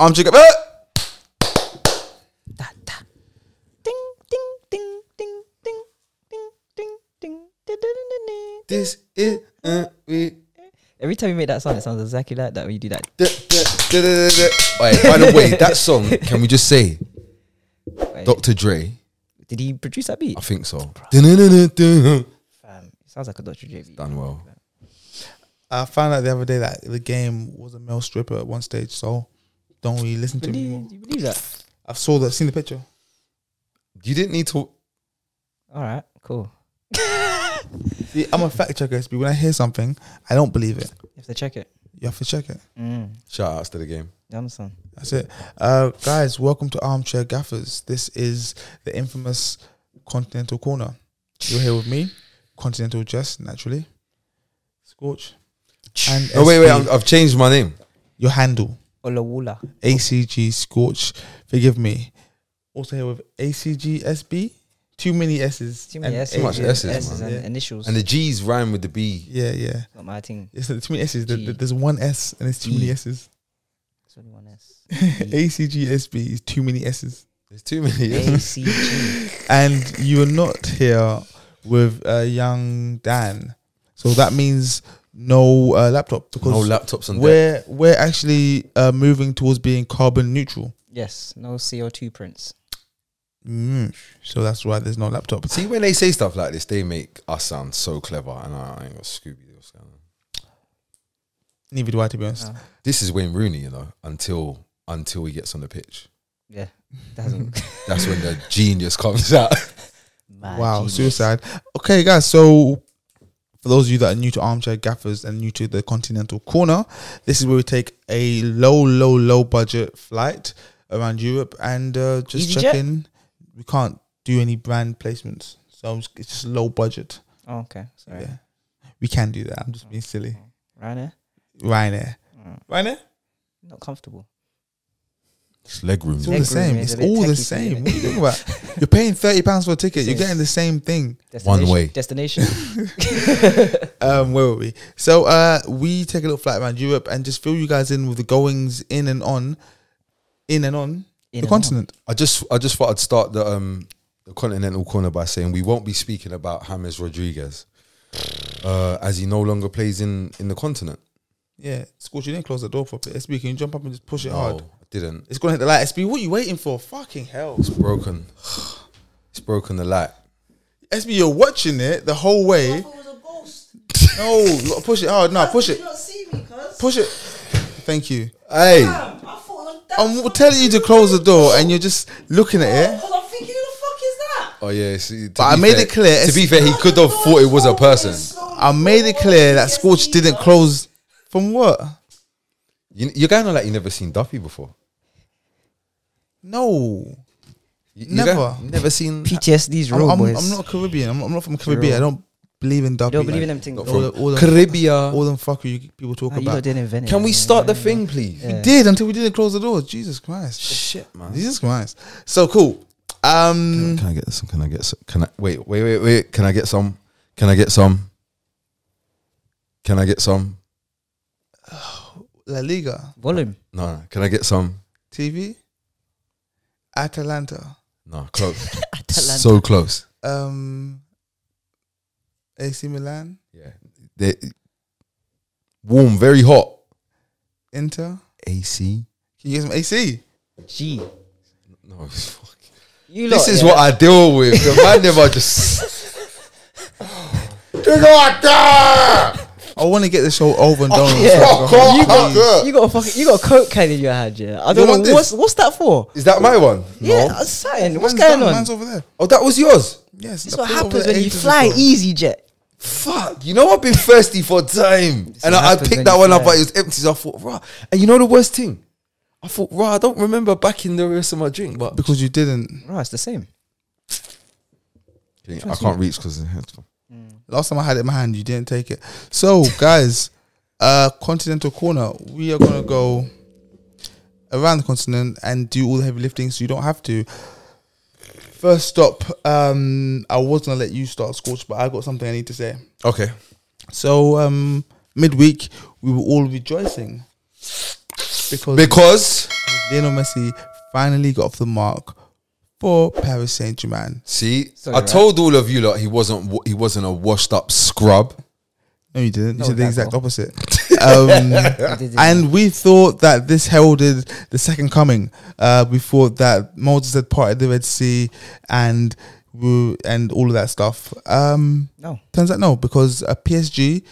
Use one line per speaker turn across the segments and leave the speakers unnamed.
I'm Jacob. Eh!
Da, da. Ding, ding, ding, ding, ding, ding, ding, ding. Da, da, da, da, da.
This is uh, we.
Every time you make that sound, it sounds exactly like that when you do that.
Da, da, da, da, da, da. Alright, by the way, that song, can we just say
Wait,
Dr. Dre?
Did he produce that beat?
I think so. Dun-dun-dun-dun-dun.
Fam, it sounds like a Dr. Dre beat.
Done well.
I found out the other day that the game was a male stripper at one stage, so don't really listen to
Do
me
you,
anymore.
do you believe that?
I saw that, seen the picture.
You didn't need to.
All right, cool.
See, I'm a fact checker, SB. When I hear something, I don't believe it.
You have to check it.
You have to check it.
Mm,
Shout outs to the game.
you understand?
That's it. Uh, guys, welcome to Armchair Gaffers. This is the infamous Continental Corner. You're here with me, Continental Jess, naturally. Scorch. And
Oh, wait,
SB.
wait. I'm, I've changed my name.
Your handle.
Olawula.
ACG Scorch. Forgive me. Also here with ACG SB. Too many S's.
Too many
and
S's.
Too much
A's.
S's, man.
and
Yeah.
initials.
And the G's rhyme with the B.
Yeah, yeah.
Not my thing.
It's not too many S's. There-
G.
There's one S and it's too many
E.
S's.
It's only one S.
ACG SB is too many S's.
There's too many.
A C G.
And you are not here with uh, young Dan. So that means no uh, laptop because
No laptops on deck.
we're we're actually uh, moving towards being carbon neutral.
Yes, no CO2 prints.
Mm. So that's why there's no laptop.
See, when they say stuff like this, they make us sound so clever. And I ain't got Scooby. Doo sound.
Neither do I, to be honest.
Uh,
This is Wayne Rooney, you know, until until he gets on the pitch.
yeah, doesn't.
That's when the genius comes out.
Wow, suicide. Okay, guys. So, for those of you that are new to Armchair Gaffers and new to the Continental Corner, this is where we take a low, low, low budget flight around Europe and uh, just
EasyJet?
check in. We can't do any brand placements, so I'm just, it's just low budget.
Oh, okay, sorry.
Yeah, we can do that. I'm just being silly.
Ryanair,
Ryanair,
Mm.
Ryanair.
not comfortable.
It's leg room.
It's all
Leg
the same.
room is
It's
a bit
all the
techie for you, innit?
same. What are you talking about? You're paying thirty pounds for a ticket. You're
Yes.
getting the same thing.
One
Destination-
way.
destination.
um, where were we? So uh, we take a little flight around Europe and just fill you guys in with the goings in and on, in and on
In
the
and
continent.
I just I just thought I'd start the um the continental corner by saying we won't be speaking about James Rodriguez. Uh, as he no longer plays in, in the continent.
Yeah, Scorch, you didn't close the door properly. SB, can you jump up and just push it
No,
hard?
I didn't.
It's gonna hit the light. SB, what are you waiting for? Fucking hell,
It's broken. It's broken the light.
SB, you're watching it the whole way.
thought it was a ghost.
No, you gotta push it hard. No, push
Did
it,
you not see me, cuz?
push it. Thank you.
Hey,
Damn, I thought that
I'm telling you to close the door, eh? and you're just looking at it.
Because I'm thinking, who the fuck is that?
Oh yeah, see, to
But I
be
made
fair-
it clear,
To be
it's-
fair, he could have thought it was a person.
I made it clear that Scorch didn't close. From what?
You, you're going on like you never seen Duffy before.
No.
You, you're going-
Never.
never seen.
PTSD's
I'm,
real,
I'm,
boys.
I'm not Caribbean. I'm, I'm not from Caribbean. I don't believe in
You
W.
don't believe in them things.
Not
bro.
from
all the- all the-
Caribbean.
all them fuckery you people talk
Nah, you lot
about.
didn't invent it.
Can we
man.
start the thing, please?
Yeah.
Did until we didn't close the door. Jesus Christ.
Shit, man.
Jesus Christ. So cool. Um,
Can I get some? Can I get some? Can I wait? Wait, wait, wait. Can I get some? Can I get some? Can I get some?
La Liga
Volume.
No, no. Can I get some?
TV, Atalanta,
No, close.
Atalanta.
so close.
um, AC Milan,
Yeah. They, warm, very hot.
Inter.
AC.
Can you get some AC?
G.
No, it's fuck.
You
This
lot,
is
yeah.
what I deal with. The man never just. Get out there!
I want to get the show over and done. with.
Oh, Yeah.
Fuck off!
You got a fucking, you got a coke can in your hand, yeah. I don't
want
know
this?
what's what's that for.
Is that my one?
Yeah,
No.
uh, something. What's
Man's
going
done,
on?
Man's over there.
Oh, that was yours.
Yes.
This is
I
what
put it over
happens
there
when you
ages
fly E
ago.
easy jet.
Fuck, you know I've been thirsty for time,
This what
and I, I
happens
picked
when
that
you
one up,
flirt.
but it was empty. So I thought, rah. And you know the worst thing, I thought, rah. I don't remember backing the rest of my drink, but
because you didn't.
Right, it's the same.
I can't reach because
Last time I had it in my hand, you didn't take it. So, guys, uh, Continental Corner, we are gonna go around the continent and do all the heavy lifting, so you don't have to. First stop, um, I was gonna let you start Scorch, but I got something I need to say.
okay.
So, um, midweek, we were all rejoicing because
Because
Lionel Messi finally got off the mark for Paris Saint Germain.
See,
Sorry,
I
right.
told all of you lot he wasn't wa- he wasn't a washed up scrub.
No, you didn't. You
No,
said the
that's
exact
all.
opposite. Um, and we thought that this heralded the second coming. Uh, we thought that Moses had parted the Red Sea and we- and all of that stuff. Um,
no.
turns out no, because uh, PSG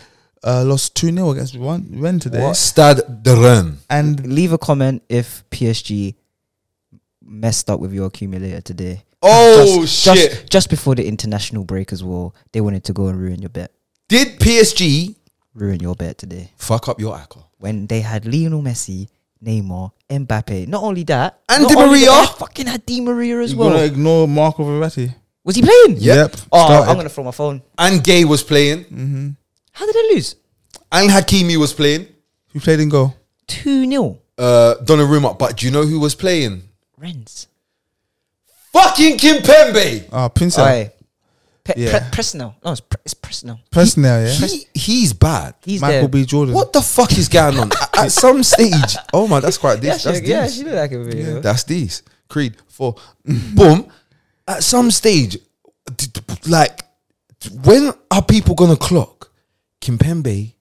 uh, lost 2 0 against Ren Ren today.
Stad de Rennes.
And
Leave a comment if PSG messed up with your accumulator today.
Oh
Just-
shit!
Just, just before the international break as well, they wanted to go and ruin your bet.
Did PSG
Ruin your bet today.
fuck up your acca?
When they had Lionel Messi, Neymar, Mbappe. Not only that,
And
not
Di
only that,
Maria.
they fucking had Di Maria as
you're
well.
going to ignore Marco Verratti.
Was he playing?
Yep.
Oh,
started.
I'm gonna throw my phone.
And Gay was playing,
How did they lose?
and Hakimi was playing.
Who played in goal?
Two 0
Uh, Donnarumma, but do you know who was playing?
Rennes.
Fucking Kimpembe.
Ah, Prince.
Aye. Pe-
Yeah.
Pre- Presnell. No, it's, pre- it's Presnell.
Presnell, yeah.
He, he's bad.
He's
Michael
there.
B. Jordan.
What the fuck is going on? At- At some stage, oh man, that's quite
Yeah,
this.
she,
That's
yeah,
this.
she look like a video.
That's these. Creed four. Boom. At some stage, d- d- like, when are people gonna clock? Kimpembe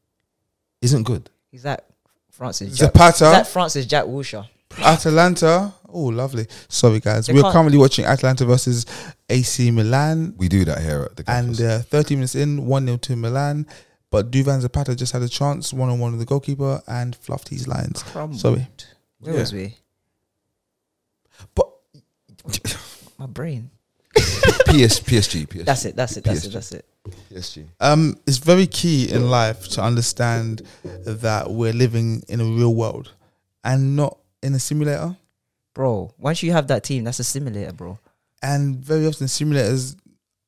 isn't good.
He's that Francis Jack.
Zapata.
He's that Francis Jack Wilshere.
Atalanta. Oh, lovely. Sorry, guys.
They
We're
can't-
currently watching Atalanta versus AC Milan,
We do that here at the
and uh, 30 minutes in, 1 0 to Milan. But Duvan Zapata just had a chance, one on one with the goalkeeper, and fluffed his lines.
Crumbled.
Sorry.
Where
Yeah.
was we?
but
My brain.
PS, PSG, PSG,
That's it. That's it. That's it.
PSG.
That's it.
PSG.
Um, it's very key in life to understand that we're living in a real world and not in a simulator.
Bro, once you have that team, that's a simulator, bro.
and very often simulators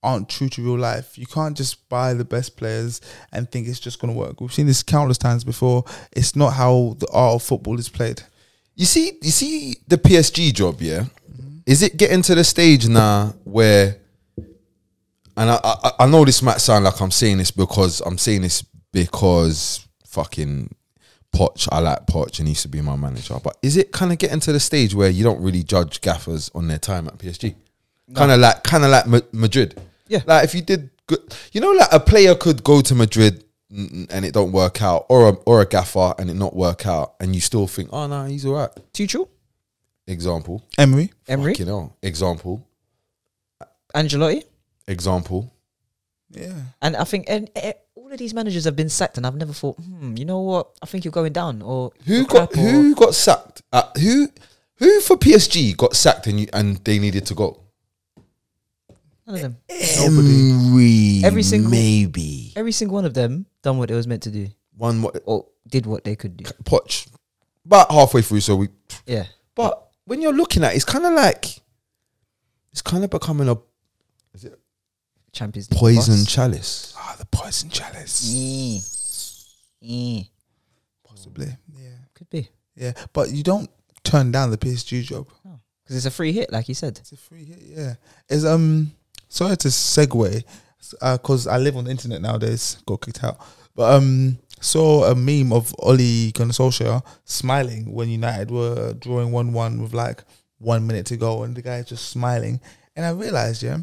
aren't true to real life. You can't just buy the best players and think it's just going to work. We've seen this countless times before. It's not how the art of football is played.
You see, you see the PSG job, yeah. Is it getting to the stage now where? And I, I, I know this might sound like I'm saying this because I'm saying this because fucking Poch, I like Poch and he used to be my manager. But is it kind of getting to the stage where you don't really judge gaffers on their time at PSG? Kind of like, kind of like Ma- Madrid.
Yeah.
like if you did good, you know, like a player could go to Madrid mm, and it don't work out, or a, or a gaffer and it not work out, and you still think, oh no, he's all right
Tuchel,
example.
Emery,
Emery,
You know, example,
Angelotti,
example.
yeah,
and I think and, eh, all of these managers have been sacked, and I've never thought, hmm, you know what? I think you're going down, or
Who
you're
got
crap, or-
who got sacked? Uh, who who for PSG got sacked and you, and they needed to go?
None of them.
Nobody.
Emery,
Every single-
maybe
Every single one of them done what it was meant to do,
one what
or did what they could do.
Poch about halfway through. So we,
Yeah,
but when you're looking at, it, it's kind of like it's kind of becoming a
Champions League
poison
bus.
chalice.
ah, the poison chalice,
Mm. Mm.
possibly, yeah,
Could be
yeah. But you don't turn down the PSG job.
because it's a free hit, like you said.
It's a free hit, yeah. It's um sorry to segue, because I live on the internet nowadays. Got kicked out, but um saw a meme of Oli Gunsolskjaer smiling when United were drawing one one with like one minute to go, and the guy just smiling, and I realized, yeah,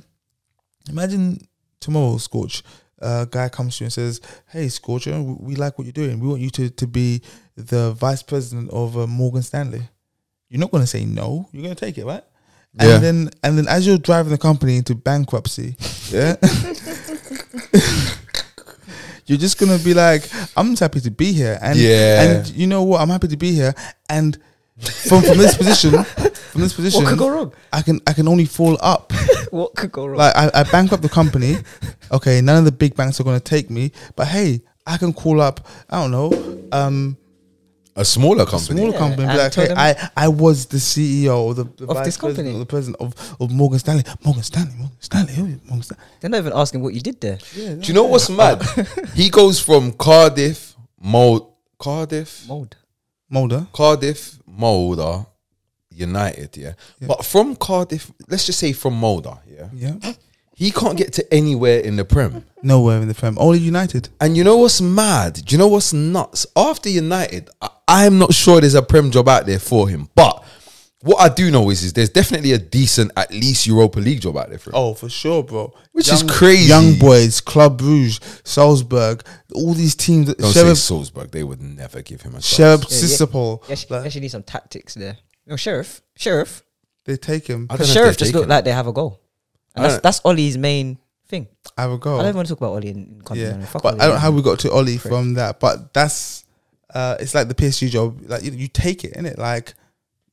imagine tomorrow, Scorch. A guy comes to you and says, "Hey, Scorch, you know, we we like what you're doing. We want you to, to be the vice president of uh, Morgan Stanley." You're not going to say no. You're going to take it, right? And
Yeah.
then and then as you're driving the company into bankruptcy, yeah. You're just gonna be like, I'm just happy to be here, and
Yeah.
and you know what? I'm happy to be here, and from from this position, from this position,
What could go wrong?
I can I can only fall up.
What could go wrong?
Like I, I bankrupt the company. Okay, none of the big banks are gonna take me, but hey, I can call up. I don't know. Um,
A smaller company.
smaller
Yeah,
company and be
and
like,
tell
hey,
them-
I, I was the CEO or the, the
Of
vice
this
president
company.
or the president of, of Morgan Stanley. Morgan Stanley, Morgan Stanley, who is Morgan Stanley.
They're not even asking what you did there.
Do you know what's mad? he goes from Cardiff, Mold, Cardiff,
Mold.
Mulder.
Cardiff, Mulder, United, yeah? But from Cardiff, let's just say from Mulder, yeah?
Yeah.
He can't get to anywhere in the Prem.
Nowhere in the Prem. Only United.
And you know what's mad? Do you know what's nuts? After United, I, I'm not sure there's a Prem job out there for him, but What I do know is, is there's definitely a decent, at least Europa League job out there for him.
Oh, for sure, bro.
Which is crazy.
Young boys, Club Bruges, Salzburg, all these teams.
Don't
Sheriff,
say Salzburg; they would never give him a chance.
Sheriff
Yeah, yeah.
Sisopol.
You actually,
like,
actually need some tactics there. No, Sheriff. Sheriff.
they take him.
I don't
But
know if
Sheriff
they're
just look
taking
like they have a goal.
I
And that's,
don't-
that's Ollie's main thing.
I have a
I don't
goal.
want to talk about Ollie in, in content.
Oh. Yeah,
Fuck
but
Ollie,
I don't know how
man.
we got to Ollie
Prick.
from that. But that's uh, it's like the PSG job. Like you, you take it, innit? Like,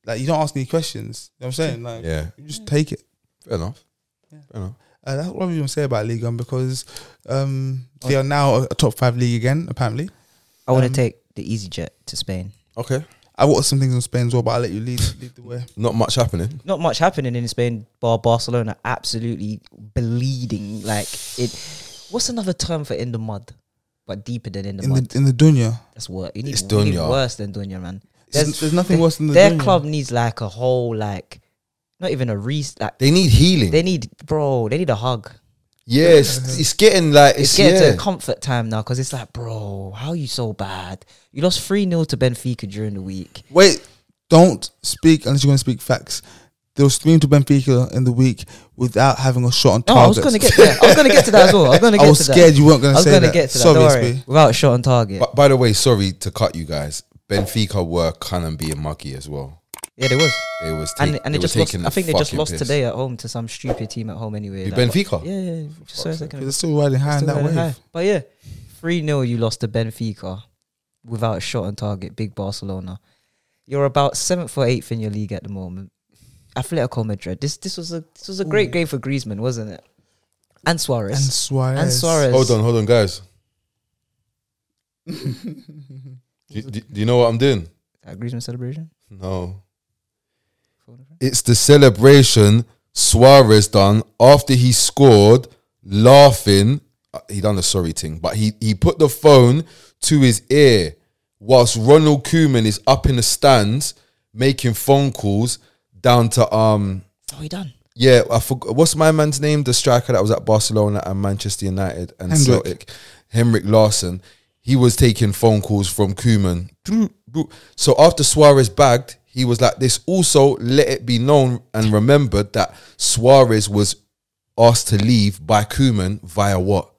like you don't ask any questions. You know what I'm saying? Like,
him. Yeah,
you just take it.
fair enough. Fair enough.
Uh, that's what we want to say about League One because um, they are now a, a top five league again. Apparently,
I want to
um,
take the easy jet to Spain.
Okay,
I watched some things on Spain as well, but I'll let you lead lead the way.
not much happening.
Not much happening in Spain, bar Barcelona absolutely bleeding. Like it. What's another term for in the mud? But deeper than in the
In
mud.
the in the Dunya,
That's what you need.
It's
we need
Dunya.
worse than Dunya, man.
there's, there's nothing worse than the
their
Dunya.
club needs like a whole like, not even a re like.
They need healing.
They need, bro. They need a hug.
yes, it's getting like
It's
it's,
getting
yeah.
to comfort time now because it's like, bro, how you so bad? You lost 3 0 to Benfica during the week.
Wait, don't speak unless you're going to speak facts. They'll stream to Benfica in the week without having a shot on
No,
target.
I was going to get there. I was going to get to that as well. I was going to
I
get
was
to
scared
that.
you weren't
I
going to
was
say
going to
that.
get to that.
Sorry,
Don't
SB.
worry. Without shot on target.
But by the way, sorry to cut you guys. Benfica were kind of being muggy as well.
yeah, there was.
They was take,
And, and
they
they just
were
lost.
taking
I
the
think they just
fucking
lost
piss.
today at home to some stupid team at home anyway.
With
like,
Benfica.
but- Yeah, yeah. yeah. Just so
fuck's
second.
They're still riding high in
Still
that
riding
wave.
high. But yeah, 3 0 you lost to Benfica without a shot on target, big Barcelona. You're about seventh or eighth in your league at the moment. Atletico Madrid. This this was a this was a great game for Griezmann, wasn't it? And
And
Suarez.
Suarez.
And Suarez.
Hold on, hold on, guys. do, do- do you know what I'm doing?
That Griezmann celebration.
No. It's the celebration Suarez done after he scored, laughing. Uh, He done the sorry thing, but he he put the phone to his ear whilst Ronald Koeman is up in the stands making phone calls down to um
Oh, he done.
yeah I forgot what's my man's name the striker that was at Barcelona and Manchester United and
Hendrik.
Celtic Henrik Larsson he was taking phone calls from Koeman so after Suarez bagged, he was like this. Also, let it be known and remembered that Suarez was asked to leave by Kuman via what?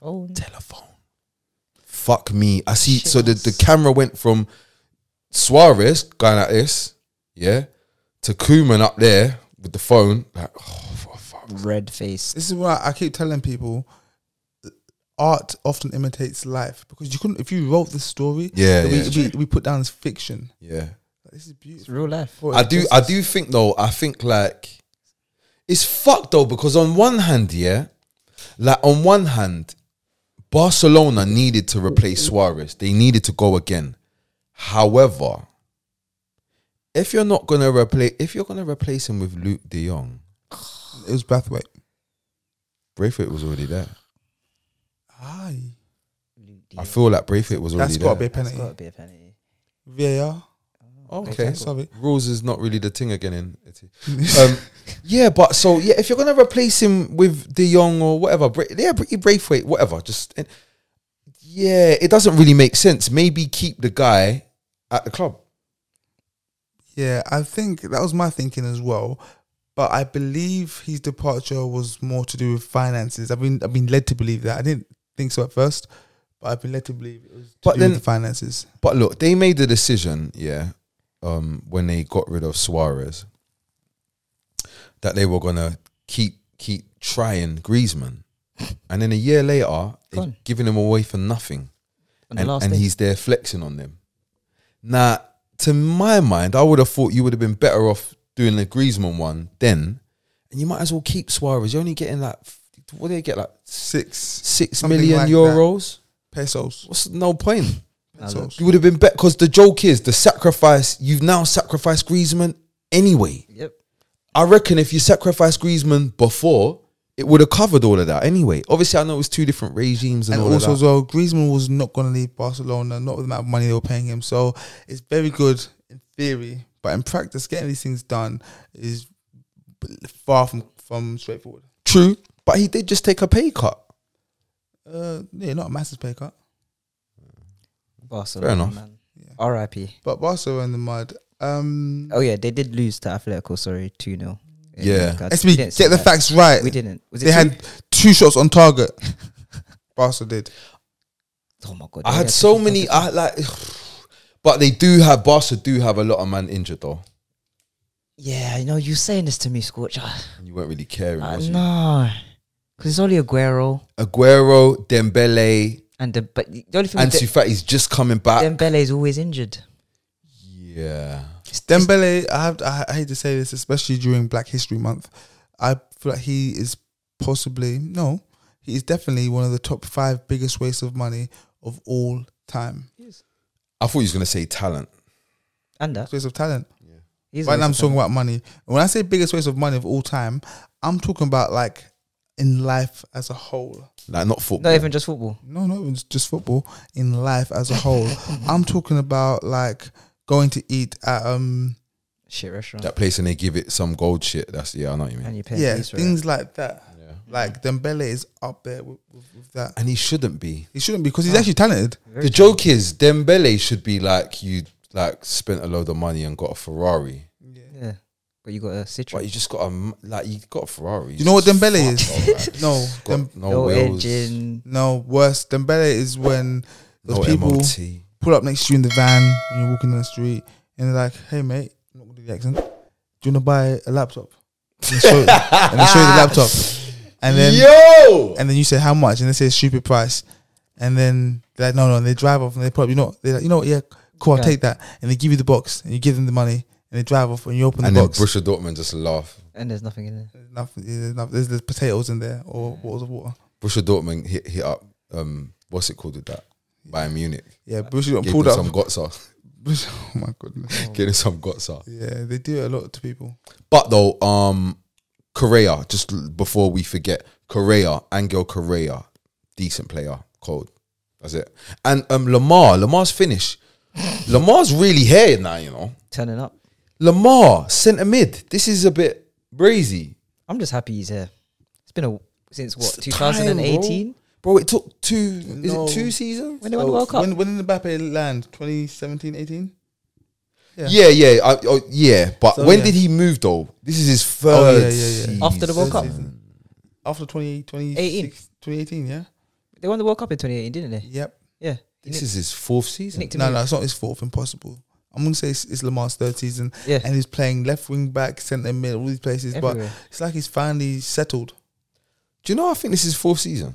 Oh,
Telephone. Fuck me. I see. So the, the camera went from Suarez going like this, yeah, to Kuman up there with the phone. Like, oh, for fuck.
red face.
This is why I keep telling people art often imitates life because you couldn't, if you wrote this story,
Yeah,
that
yeah,
we, we, we put down as fiction.
yeah.
This is
It's
beautiful.
real life.
I do I do think though, I think like it's fucked though, because on one hand, yeah, like on one hand, Barcelona needed to replace Suarez. They needed to go again. However, if you're not gonna replace if you're gonna replace him with Luke de Jong,
It was Brathwaite.
Braithwaite was already there.
Aye.
I feel like Braithwaite was already
That's got to be
there.
a penalty.
Got to be a penalty.
VAR.
Okay.
Sorry.
Rules is not really the thing again in Italy. um, yeah, but so yeah, if you're gonna replace him with De Jong or whatever, Bra- yeah, Bra- Braithwaite, whatever, just eh, yeah, it doesn't really make sense. Maybe keep the guy at the club.
Yeah, I think that was my thinking as well. But I believe his departure was more to do with finances. I've been I've been led to believe that. I didn't think so at first, but I've been led to believe it was to
But
do with
then-
the finances.
But look, they made the decision, yeah, um, when they got rid of Suarez, that they were gonna keep keep trying Griezmann, and then a year later, they've
Gone.
given him away for nothing.
On the
and,
last
and
day.
he's there flexing on them. Now, to my mind, I would have thought you would have been better off doing the Griezmann one then, and you might as well keep Suarez. You're only getting like, f- what do they get like
Six
six
Something
million
like that.
euros?
pesos.
What's no point?
pesos.
You would have been better because the joke is the sacrifice. You've now sacrificed Griezmann anyway.
Yep.
I reckon if you sacrificed Griezmann before, it would have covered all of that anyway. Obviously, I know it was two different regimes and,
And
all
also
of
as
that.
well, Griezmann was not going to leave Barcelona, not with the amount of money they were paying him. So it's very good in theory, but in practice, getting these things done is far from from straightforward.
True, but he did just take a pay cut.
Uh, yeah, not a massive pay cut.
Barcelona.
enough.
Man.
Yeah.
R.I.P.
But Barca are in the mud. Um,
Oh yeah, they did lose to Atletico. Sorry, two 0
Yeah.
SB, get the facts right.
We didn't. Was it
They
two?
had two shots on target. Barca did.
Oh my god!
I
they
had so many. I had like, but they do have Barca do have a lot of man injured though.
Yeah, you know, you saying this to me, Ah, Scorcher.
And You weren't really caring,
Uh,
was you?
no, because it's only Aguero
Aguero, Dembele,
and the but the only thing. with
Ansu
De-
Fati's just coming back.
Dembele is always injured.
yeah,
Dembele, I have I, I hate to say this, especially during Black History Month. I feel like he is possibly no, he is definitely one of the top five biggest waste of money of all time.
I thought you was gonna say talent.
And that
Waste of talent.
he's
right now, I'm
always
talking about money. And when I say biggest waste of money of all time, I'm talking about like in life as a whole.
Like not football.
not even just football.
No, no, it's just football in life as a whole. I'm talking about like going to eat at um
Shit restaurant.
that place and they give it some gold shit. That's yeah, I know what you mean.
And you pay
yeah
fees for it.
things like that.
Yeah.
Like Dembele is up there with, with, with that.
And he shouldn't be.
He shouldn't because he's actually talented.
Very
the joke is Dembele should be like you like spent a load of money and got a Ferrari.
Yeah, but you got a
But
Citroen.
you just got a m- like you got a Ferrari.
You know what
Just
Dembele
fuck, bro, like,
is? No,
got
Dem-
no,
no
wheels,
engine.
no worse. Dembele is when those
no
people
MOT.
pull up next to you in the van when you're walking down the street and they're like, "Hey mate, I'm not gonna do the accent. Do you wanna buy a laptop?" And they show, and they show you the laptop, and then
Yo,
and then you say how much, and they say stupid price, and then they're like, no, no, and they drive off, and they probably you know, they're like, you know what, yeah, cool, I'll
Yeah.
take that, and they give you the box, and you give them the money, and they drive off, and you open
and
the
then
box,
Borussia Dortmund just laugh.
and there's nothing in there.
there's nothing, there's, nothing, there's, there's potatoes in there or bottles of water.
Borussia Dortmund hit hit up. Um, what's it called with that? Bayern Munich.
Yeah, Borussia Dortmund
Gave
pulled
them
up.
some Gotza.
oh my goodness.
Gave them some Gotza.
Yeah, they do it a lot to people.
But though, um, Correa. Just l- before we forget, Correa, Angel Correa, decent player, cold. That's it. And um, Lamar, Lamar's finished. Lamar's really here now. You know,
Turning up.
Lamar centre mid. This is a bit brazy.
I'm just happy he's here. It's been a since
It's
what
the time, bro.
2018
Bro, it took two. Is
No.
it two seasons?
when they won the World Cup.
When, when did Mbappe land? 2017, 18?
Yeah, yeah, I, oh, yeah. But
So,
when
yeah.
did he move though? This is his third.
Oh, yeah, yeah, yeah.
After the World Cup?
season.
After 20,
18.
2018. 2018, yeah?
they won the World Cup in 2018, didn't they?
Yep.
Yeah.
This is his fourth
He
season.
nicked him
No,
in.
no, it's not his fourth. Impossible. I'm going to say it's, it's Lamar's third season.
Yeah.
And he's playing left wing back, centre mid, all these places.
Everywhere.
But it's like he's finally settled.
Do you know? I think this is fourth season.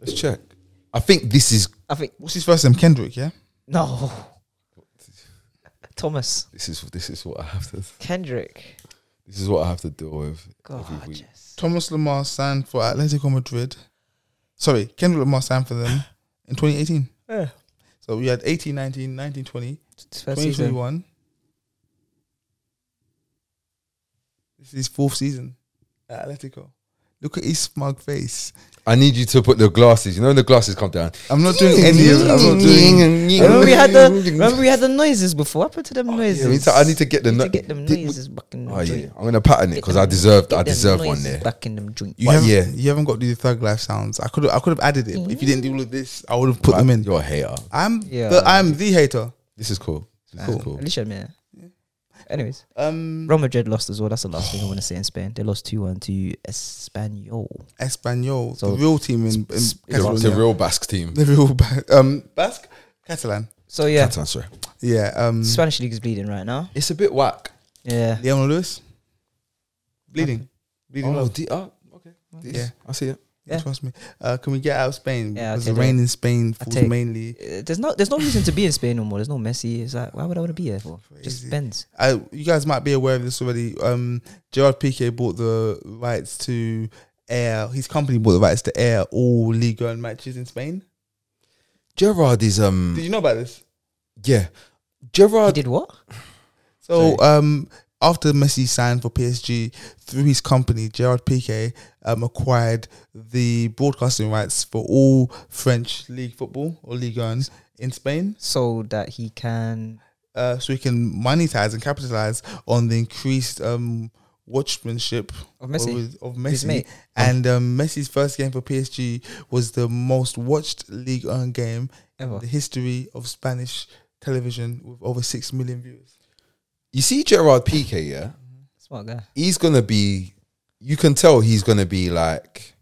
Let's check. I think this is
I think
What's his first name? Kendrick, yeah?
no. Thomas
this is this is what I have to
Kendrick.
this is what I have to deal with every week.
Gorgeous.
Thomas Lamar signed for Atletico Madrid. Sorry, Kendrick Lamar signed for them in 2018.
Yeah.
So we had 18, 19, 19, 20,
It's First season.
2021. This is his fourth season at Atletico. Look at his smug face.
I need you to put the glasses. You know when the glasses come down.
I'm not doing any of I'm not doing
Remember we had the remember we had the noises before. What happened to them
Oh,
noises?
Yeah, we need to- I need to get the
Need
no-
to get them
Did we-
noises back in.
Oh
them
yeah,
joint.
I'm gonna pattern it
Get
because
them-
I deserved I
get them
deserve one
noises
there.
Back in them joint.
You
But
haven't,
yeah.
you haven't got to do the thug life sounds. I could I could have added it. but If you didn't do all of this, I would have put them in.
You're a hater.
I'm
Yeah.
the I'm the hater.
This is cool. This
Cool.
is cool.
At least you admit it. Anyways,
Um,
Real Madrid lost as well. That's the last thing I want to say in Spain. They lost two one to Espanyol.
Espanol,
So-
the real team in, in Catalonia,
The, the real Basque team.
the real Ba- um Basque Catalan.
So yeah,
Catalan, sorry.
Yeah. Um,
Spanish league is bleeding right now.
It's a bit whack.
Yeah,
Leon Lewis, bleeding, bleeding.
Oh,
love.
D- oh, okay.
Yeah.
I see it.
yeah.
Trust me. Uh, can we get out of Spain?
Yeah,
because
okay,
the rain in Spain falls
take-
mainly.
Uh, there's no there's no reason to be in Spain no more. There's no Messi. It's like why would I want to be here for? Just
Crazy.
Benz.
Uh, you guys might be aware of this already. Um, Gerard Piqué bought the rights to air. His company bought the rights to air all league and matches in Spain.
Gerard is
Did
um
you know about this?
yeah.
He
Gerard
did what?
So um, after Messi signed for PSG through his company, Gerard Piqué um, acquired the broadcasting rights for all French league football or league ones in Spain,
So that he can.
uh, so he can monetize and capitalize on the increased um, watchmanship
Of Messi.
of, of
His
Messi.
mate.
And um, Messi's first game for PSG was the most watched league on game
Ever.
in the history of Spanish television with over six million viewers.
You see Gerard Piqué, yeah?
Smart guy.
He's gonna be you can tell he's gonna be like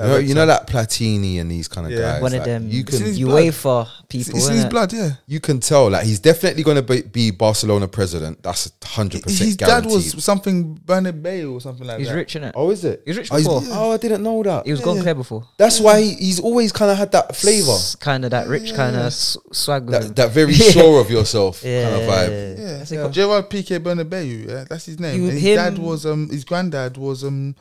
you know, you know that Platini and these kind of
Yeah.
guys.
One
like,
of them
You
It's in
can
his
UEFA
it's,
people.
it's in his
innit?
blood. Yeah,
you can tell like he's definitely gonna be, be Barcelona president. That's hundred
his
percent
dad
guaranteed.
was something Bernabeu or something like
He's
that.
rich in it.
oh, is it?
He was rich
oh, he's-
before.
oh, I didn't know that.
He was gone clear before.
That's why he- he's always kind of had that flavor,
Kind of that rich kind of s- swag. with him.
that, that very
Mm. Yeah.
sure of yourself
yeah,
kind of vibe.
Yeah,
That's it.
yeah. Gerard Piqué Bernabeu. Yeah, that's his name.
You-
And his
him-
dad was um, his granddad was um,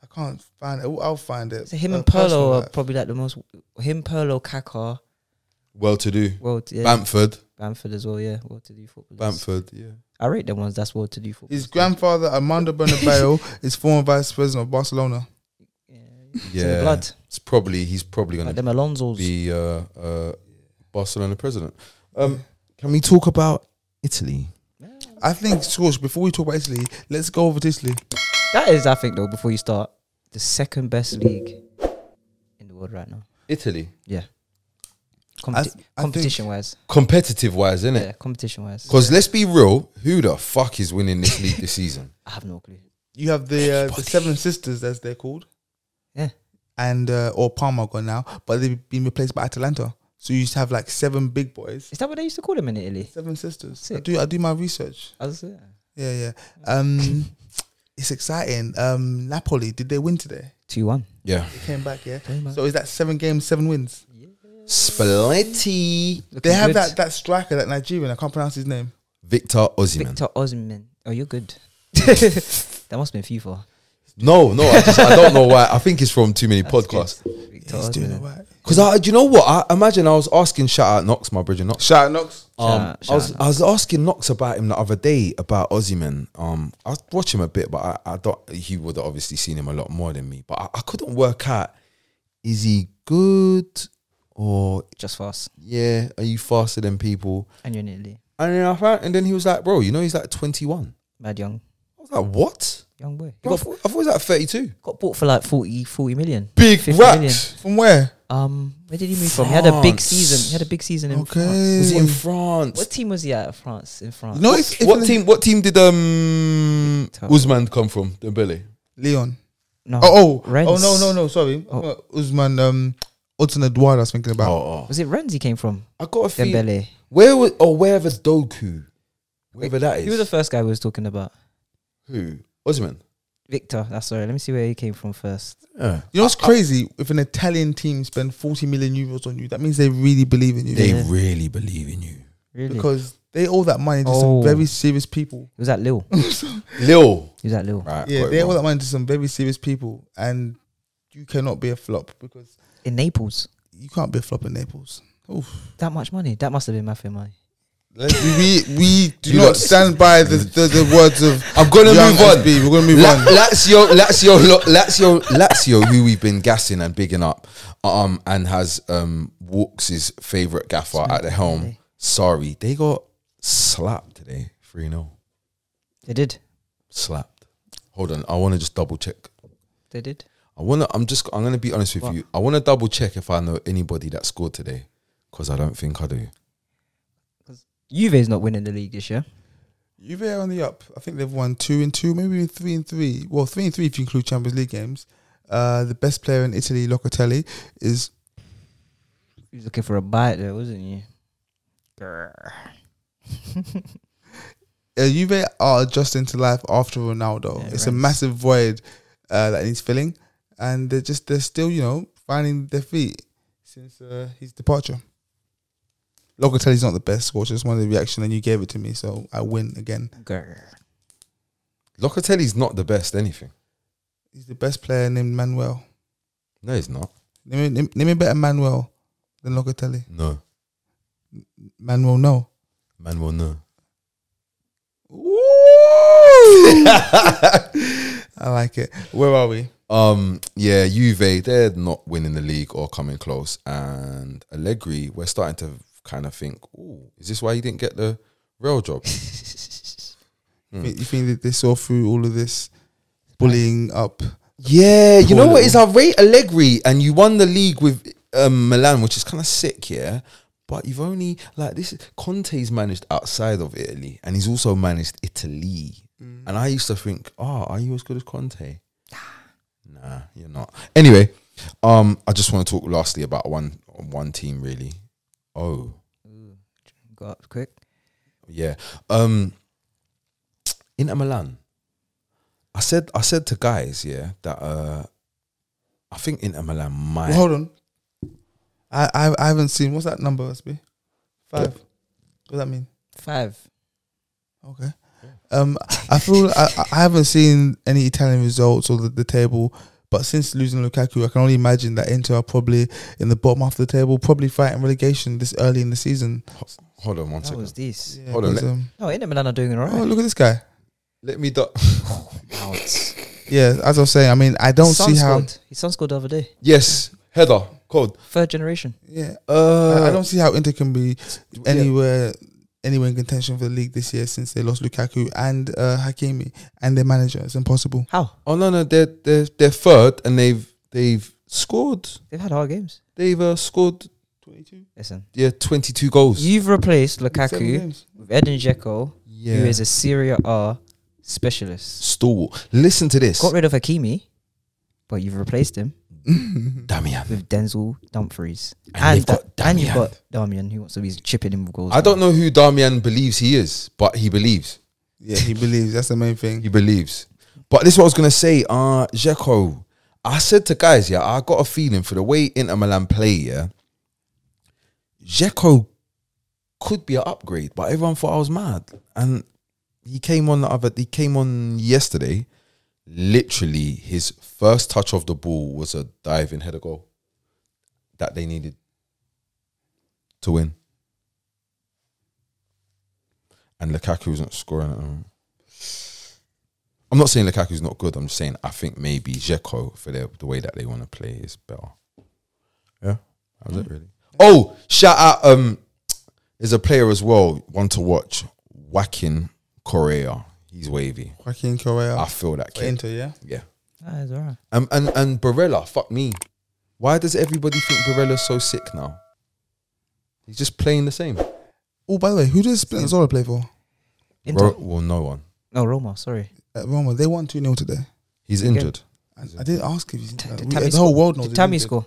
I can't find it. I'll- I'll find it.
So him
Uh,
and
personal
Perlo are
life.
probably like the most. Him, Perlo, Kaká,
Well to do.
well, yeah,
Bamford,
Bamford as well. Yeah, well to do footballers.
Bamford, yeah.
I rate them ones. That's well to do footballers.
His grandfather Armando Bernabeu is former vice president of Barcelona.
Yeah, yeah.
Yeah.
blood.
It's probably he's probably
Like
going to
them Alonso's.
be uh, uh, Barcelona president. Um, can we talk about Italy?
I think, Scorch, before we talk about Italy, let's go over to Italy.
That is, I think, though. Before you start, the second best league in the world right now.
Italy,
I
Competi-
th- I think-
competition wise,
competitive wise, isn't
yeah,
it?
competition wise.
Because let's be real, who the fuck is winning this league this season?
I have no clue.
You have the uh, the
Anybody.
Seven Sisters, as they're called.
Yeah.
And, uh, or Parma gone now, but they've been replaced by Atalanta. So you used to have like seven big boys.
Is that what they used to call them in Italy?
Seven Sisters. I
Sick.
do, I do my research.
I was, yeah.
Yeah, yeah. Um, it's exciting. Um, Napoli, did they win today?
Two one.
Yeah,
They came back, yeah. So is that seven games, seven wins?
Spalletti,
they have that, that striker, that Nigerian, I can't pronounce his name.
Victor Osimhen.
Victor Osman. Oh, you're good. that must have been FIFA.
No, no, I, just, I don't know why. I think it's from too many podcasts.
Victor
He's doing all
Osman.
right.
Because I, do you know what? I imagine I was asking shout out Knox, my bridge Knox.
Shout out, Knox.
Um,
Shout out,
I was
shout
I was asking Knox about him the other day about Ozyman. Um, I watched him a bit, but I, I don't. He would have obviously seen him a lot more than me. But I, I couldn't work out is he good or
Just fast.
yeah? Are you faster than people?
And you're in Italy.
And then I found, and then he was like, bro, you know he's like twenty one.
Mad young.
I was like, what?
Young boy. He
Bro, I,
got,
thought, I thought he was like thirty two.
got bought for like 40, 40 million.
Big
50
racks.
From where?
Um, where did he move from? He had a big
France.
season. He had a big season in France.
Okay.
Was he in France?
What team was he at? France in France.
No, it's
What team? What team did um
Tough.
Usman come from? Dembele.
Leon.
No.
Oh, oh,
Rennes.
oh no, no, no, sorry.
Oh.
Usman, um, Hudson Edouard, I was thinking about.
Oh, oh.
Was it Rennes he came from?
I got a feeling.
Dembele.
Where was or wherever Doku, wherever that is.
He was the first guy we was talking about.
who Osman.
Victor. That's sorry. Let me see where he came from first.
Yeah.
You know what's crazy? If an Italian team spend 40 million euros on you, that means they really believe in you.
They
Yeah.
really believe in you,
Really?
Because they owe that money to
Oh.
some very serious people.
he was at Lille. He
Lil.
was at Lille.
Right,
yeah,
got it
they owe
wrong.
that money to some very serious people. And you cannot be a flop because
In Naples.
you can't be a flop in Naples. Oof.
That much money. That must have been mafia money.
Let's- we, we, we do
You
not
lot-
stand by the, the, the words of.
I'm gonna
young
move on.
SB. We're going to move
La-
on.
Lazio, Lazio, lo- Lazio, Lazio, who we've been gassing and bigging up, um, and has um Walks his favorite gaffer at the helm. Sorry, they got slapped today, three 0
They did.
slapped. Hold on, I want to just double check.
They did.
I wanna. I'm just. I'm gonna be honest with
What?
you. I want to double check if I know anybody that scored today, because I don't think I do.
Juve's not winning the league this year.
Juve are on the up. I think they've won two and two, maybe even three and three. Well, three and three if you include Champions League games. Uh, the best player in Italy, Locatelli, is
He was looking for a bite there, wasn't he? Grr.
uh, Juve are adjusting to life after Ronaldo.
Yeah,
it's a
right.
massive void uh, that needs filling, and they're just they're still you know finding their feet since uh, his departure. Locatelli's not the best scorer. Just wanted the reaction, and you gave it to me, so I win again.
Grr.
Locatelli's not the best anything.
He's the best player named Manuel.
No, he's not.
Name, name, name a better Manuel than Locatelli.
No.
Manuel, no.
Man will know.
I like it. Where are we?
Um, yeah, Juve, they're not winning the league or coming close. And Allegri, we're starting to kind of think, Ooh, is this why you didn't get the real job? Hmm.
You think that they saw through all of this bullying up?
Yeah, you
Poor
know what
little-
is I rate Allegri and you won the league with um, Milan, which is kind of sick, yeah. But you've only like this. Conte's managed outside of Italy, and he's also managed Italy. And I used to think, oh, are you as good as Conte? nah, you're not. Anyway, um, I just want to talk lastly about one one team really. Oh,
Go up quick.
yeah. Um Inter Milan. I said I said to guys, yeah, that uh I think Inter Milan might
Well, hold on. I, I I haven't seen what's that number, SB? Five. What does that mean?
Five.
Okay. Um, I feel I, I- I haven't seen any Italian results or the, the table, but since losing Lukaku, I can only imagine that Inter are probably in the bottom half of the table, probably fighting relegation this early in the season.
hold on one
That
second.
was this.
Yeah,
Hold on,
'cause, um,
No, Inter Milan are doing all
oh,
right.
look at this guy.
Let me do-
Yeah, as I was saying, I mean, I don't see how.
scored. His son scored the other day.
Yes, header, code.
Third generation.
Yeah,
Uh
I, I don't see how Inter can be
yeah.
anywhere anywhere in contention for the league this year since they lost Lukaku and uh, Hakimi and their manager. It's impossible.
How?
Oh no no they're they're they're third and they've they've scored
They've had hard games.
they've uh, scored
Twenty-two.
Listen,
yeah twenty two goals.
you've replaced Lukaku with Edin Dzeko,
yeah.
who is a Serie A specialist.
stalwart. Listen to this.
Got rid of Hakimi, but you've replaced him
Damian.
with Denzel Dumfries.
And you've
Da-
got
and you've
Damian.
got Damian, who wants to be chipping him with goals.
I don't know who Damian believes he is, but he believes.
Yeah, he believes. That's the main
He
thing.
believes. But this is what I was gonna say. Uh Jeko, I said to guys, yeah, I got a feeling for the way Inter Milan play, yeah. Jeko could be an upgrade, but everyone thought I was mad. And he came on the other he came on yesterday. Literally, his first touch of the ball was a diving header goal that they needed to win. And Lukaku isn't scoring at the moment. I'm not saying Lukaku's not good. I'm just saying I think maybe Zeko for the, the way that they want to play is better. Yeah, that was it really. Oh, shout out! Um, there's a player as well. One to watch, Joaquin Correa. He's wavy.
Joaquin Correa.
Oh.
I feel that
for
kid.
Inter, yeah.
Ah, Yeah.
That is Ah, all right.
Um, and and Barella, fuck me. Why does everybody think Barella's so sick now? He's just playing the same.
Oh, by the way, who does Spinazzola play for?
Inter-
Ro- well, no one.
no, Roma, sorry.
At Roma, they won two 0 today.
He's
Again.
injured.
And I did ask if he's
Did-
uh,
did
we-
Tammy
the whole
score?
world knows.
Did
he's
Tammy
injured.
score?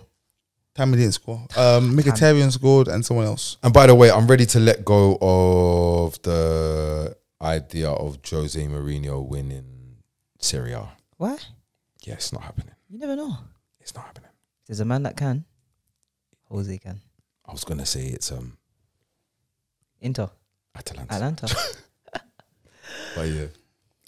Tammy didn't score. Um, Mkhitaryan scored and someone else.
And by the way, I'm ready to let go of the idea of Jose Mourinho winning Serie A.
Why?
Yeah, it's not happening.
You never know.
It's not happening.
If there's a man that can, Jose can.
I was gonna say it's um
Inter,
Atalanta,
Atlanta.
but yeah,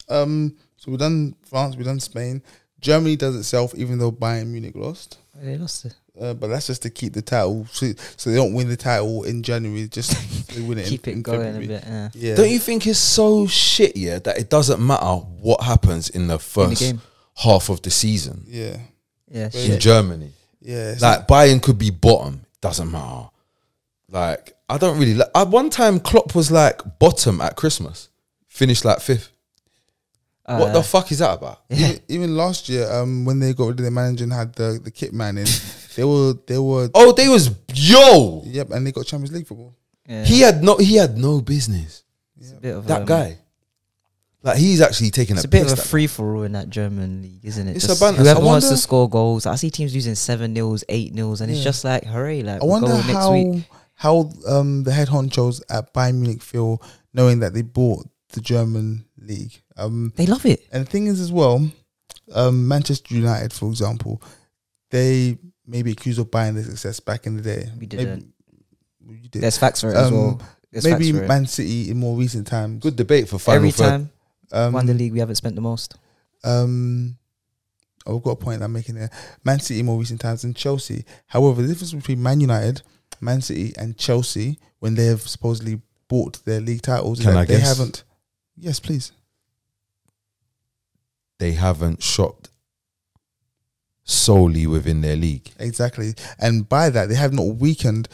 Um, so we've done France, we've done Spain. Germany does itself, even though Bayern Munich lost.
Oh, they lost it.
Uh, but that's just to keep the title, so, so they don't win the title in January. Just they win it.
Keep
in,
it
in
going a
February.
bit. Yeah.
Yeah.
don't you think it's so shit? Yeah, that it doesn't matter what happens in the
In the
first
game.
half of the season
yeah.
Yeah.
Wait.
in
shit.
Germany.
Yeah. it's-
Like Bayern could be bottom, doesn't matter. Like I don't really. Like, I, one time Klopp was like bottom at Christmas, finished like fifth. what the
Uh,
fuck is that about?
even, e-, even last year, um, when they got rid of their manager and had the, the kit man in, they were they were
Oh, they was yo.
yep, and they got Champions League football.
yeah,
He had no. He had no business.
it's a bit of
That
um,
guy. Like he's actually taking
It's
a,
a bit
piss
of a
that-
free for all in that German league, isn't it?
It's
Just
a banter.
Whoever
I
wants to
wonder-
score goals, I see teams using seven nils, eight nils, and it's
Yeah.
just like, hooray! Like,
I
we'll
wonder
go next
how
week.
how um the head honchos at Bayern Munich feel knowing that they bought the German league. Um,
They love it.
and the thing is as well, um, Manchester United, for example, they may be accused of buying their success back in the day.
We
Maybe-
didn't.
you did.
There's facts for it as
Um,
well. There's facts
Maybe
for it.
Man City in more recent times.
Good debate for final
Every
third.
time
Um,
won the league, we haven't spent the most.
Um, oh, I've got a point I'm making there. Man City in more recent times than Chelsea. However, the difference between Man United, Man City, and Chelsea when they have supposedly bought their league titles is
Can
that
I
they
guess?
haven't. Yes, please.
They haven't shopped solely within their league.
Exactly. And by that, they have not weakened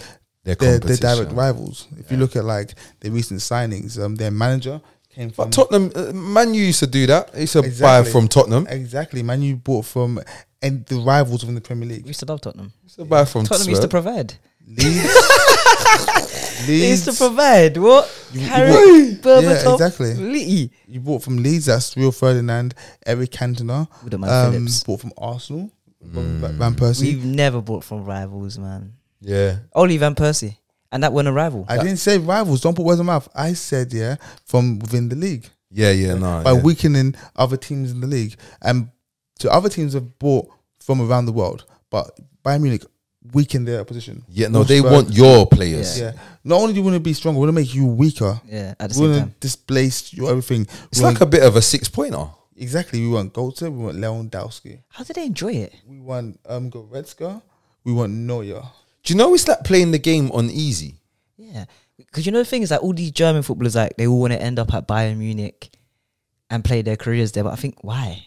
Their,
their, their
competition.
direct rivals. If you
Yeah.
look at like the recent signings, um, their manager came from
But Tottenham, uh, Man U used to do that. They used to buy
Exactly.
from Tottenham.
exactly man you bought from and the rivals within the Premier
We
League.
used to love Tottenham.
Used to buy from
Tottenham used to
Spurs.
provide. It's
Leeds.
to
Leeds.
provide what?
You- you
Carrot,
yeah,
Berbatov,
exactly.
Lee.
You bought from Leeds. That's Real Ferdinand, Eric Cantona.
Wouldn't mind
Um,
Phillips.
bought from Arsenal.
Mm.
Van- Van Persie.
We've never bought from rivals, man.
Yeah.
Only Van Persie, and that went a rival.
I didn't say rivals. Don't put words in my mouth. I said yeah from within the league
Yeah, yeah, no.
by
Oh, yeah.
weakening other teams in the league, and so other teams have bought from around the world, but Bayern Munich weakened their opposition.
yeah, no,
Wolfsburg-
they want your players.
Yeah. Not only do you want to be stronger, we want to make you weaker.
yeah, at the
we
same
want
time.
to displace your everything.
It's like a bit of a six pointer.
exactly. We want Goethe. We want Lewandowski.
How did they enjoy it?
We want um Goretzka. We want Neuer.
Do you know it's like playing the game on easy?
Yeah, because you know the thing is that all these German footballers like they all want to end up at Bayern Munich and play their careers there. But I think why?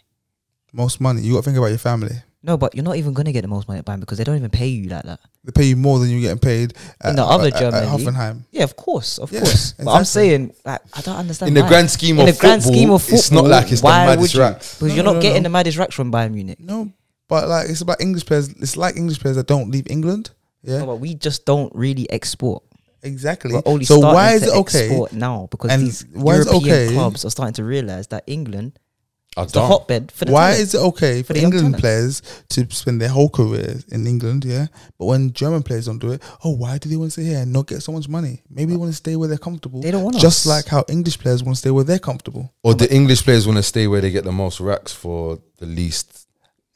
Most money. You got to think about your family.
No, but you're not even gonna get the most money at Bayern because they don't even pay you like that.
They pay you more than you're getting paid at,
In the other
at- at-
German
at
league.
Hoffenheim.
Yeah, of course, of
Yeah,
course. But I'm
exactly.
saying like I don't understand.
In the
why.
grand scheme
in
of
the grand
football,
scheme of football,
it's not like it's the
why
maddest
would you?
racks.
Because
No,
you're
no,
not
no,
getting
no.
the maddest racks from Bayern Munich.
No, but like it's about English players. It's like English players that don't leave England. Yeah,
No, but we just don't really export.
exactly.
We're only
So
starting
why is
to
it okay?
export now because
And
these
why is it
European
okay-
clubs are starting to realize that England
I
is the
don't.
hotbed for the
Why
talent.
is it okay for,
the young talent.
England players to spend their whole careers in England? Yeah, but when German players don't do it, oh, why do they want to stay here and not get so much money? Maybe they want to stay where they're comfortable.
They don't want
just
us.
like how English players want to stay where they're comfortable.
Or the English players want to stay where they get the most racks for the least.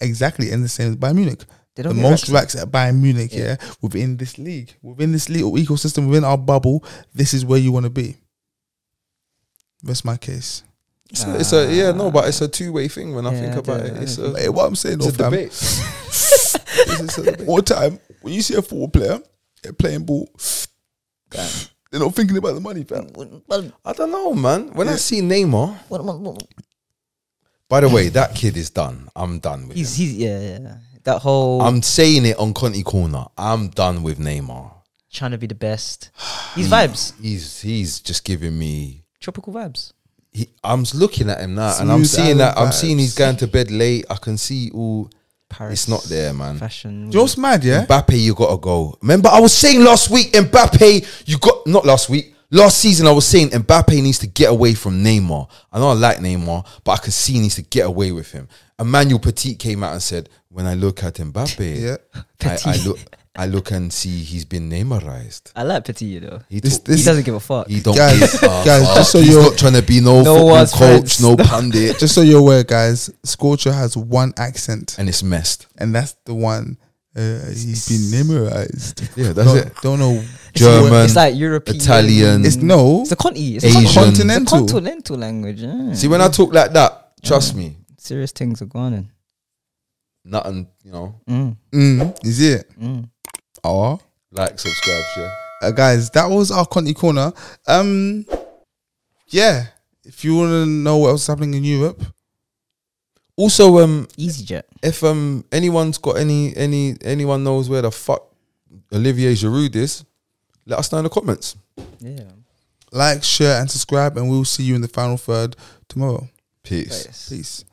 Exactly, and the same as Bayern Munich.
They
The
don't get
most
racks.
racks at Bayern Munich, yeah. within this league, within this league ecosystem, within our bubble, this is where you want to be. That's my case.
It's, a, it's a yeah, no, but it's a two way thing when I
Ah. Yeah,
think
I
about
don't-
it.
I
It's
don't
a,
Hey, what I'm saying,
it's
though,
a
fam,
debate. It's a debate.
all the time when you see a football player they're playing ball, they're not thinking about the money, fam.
I don't know, man. When I
Yeah.
see Neymar, by the way, that kid is done. I'm done with
He's
him.
he's yeah yeah. yeah. That whole
I'm saying it on Conti Corner. I'm done with Neymar.
trying to be the best. He's vibes,
He's he's just giving me.
tropical vibes.
He, I'm s- looking at him now, and I'm
Smooth
seeing that.
Allen
I'm seeing he's
vibes.
going to bed late. I can see all.
Paris.
It's not there, man.
Fashion.
You know what's mad, yeah?
Mbappe, you gotta go. Remember, I was saying last week, Mbappe, you got not last week, last season. I was saying Mbappe needs to get away from Neymar. I know I like Neymar, but I can see he needs to get away with him. Emmanuel Petit came out and said, "When I look at Mbappe,
Yeah.
I, I
Petit.
look, I look and see he's been Neymarized.
I like Petit, you know.
He,
This-
talk-
this-
He doesn't give a fuck.
he don't
Guys,
give a
guys,
fuck.
just so
he's
you're-
not trying to be no, football
one's
coach,
friends.
no pundit,
Just so you're aware, guys, Scorcher has one accent,
and it's messed.
and that's the one uh, he's been memorized.
Yeah, that's
don't,
it.
Don't know
German,
it's like European.
Italian.
It's no.
Mm. It's a conti. It's
Asian.
a con-
It's
it's a
continental.
continental language. yeah.
See, when I talk like that, trust me,
serious things are going on.
nothing. You know,
Mm,
Mm, is it?
mm.
Oh.
like, subscribe, share.
uh, guys, that was our Conti corner. Um, yeah, if you want to know what else is happening in Europe,
Also, um,
EasyJet.
if um anyone's got any any anyone knows where the fuck Olivier Giroud is, let us know in the comments.
Yeah.
like, share, and subscribe, and we'll see you in the final third tomorrow.
Peace.
Nice.
Peace.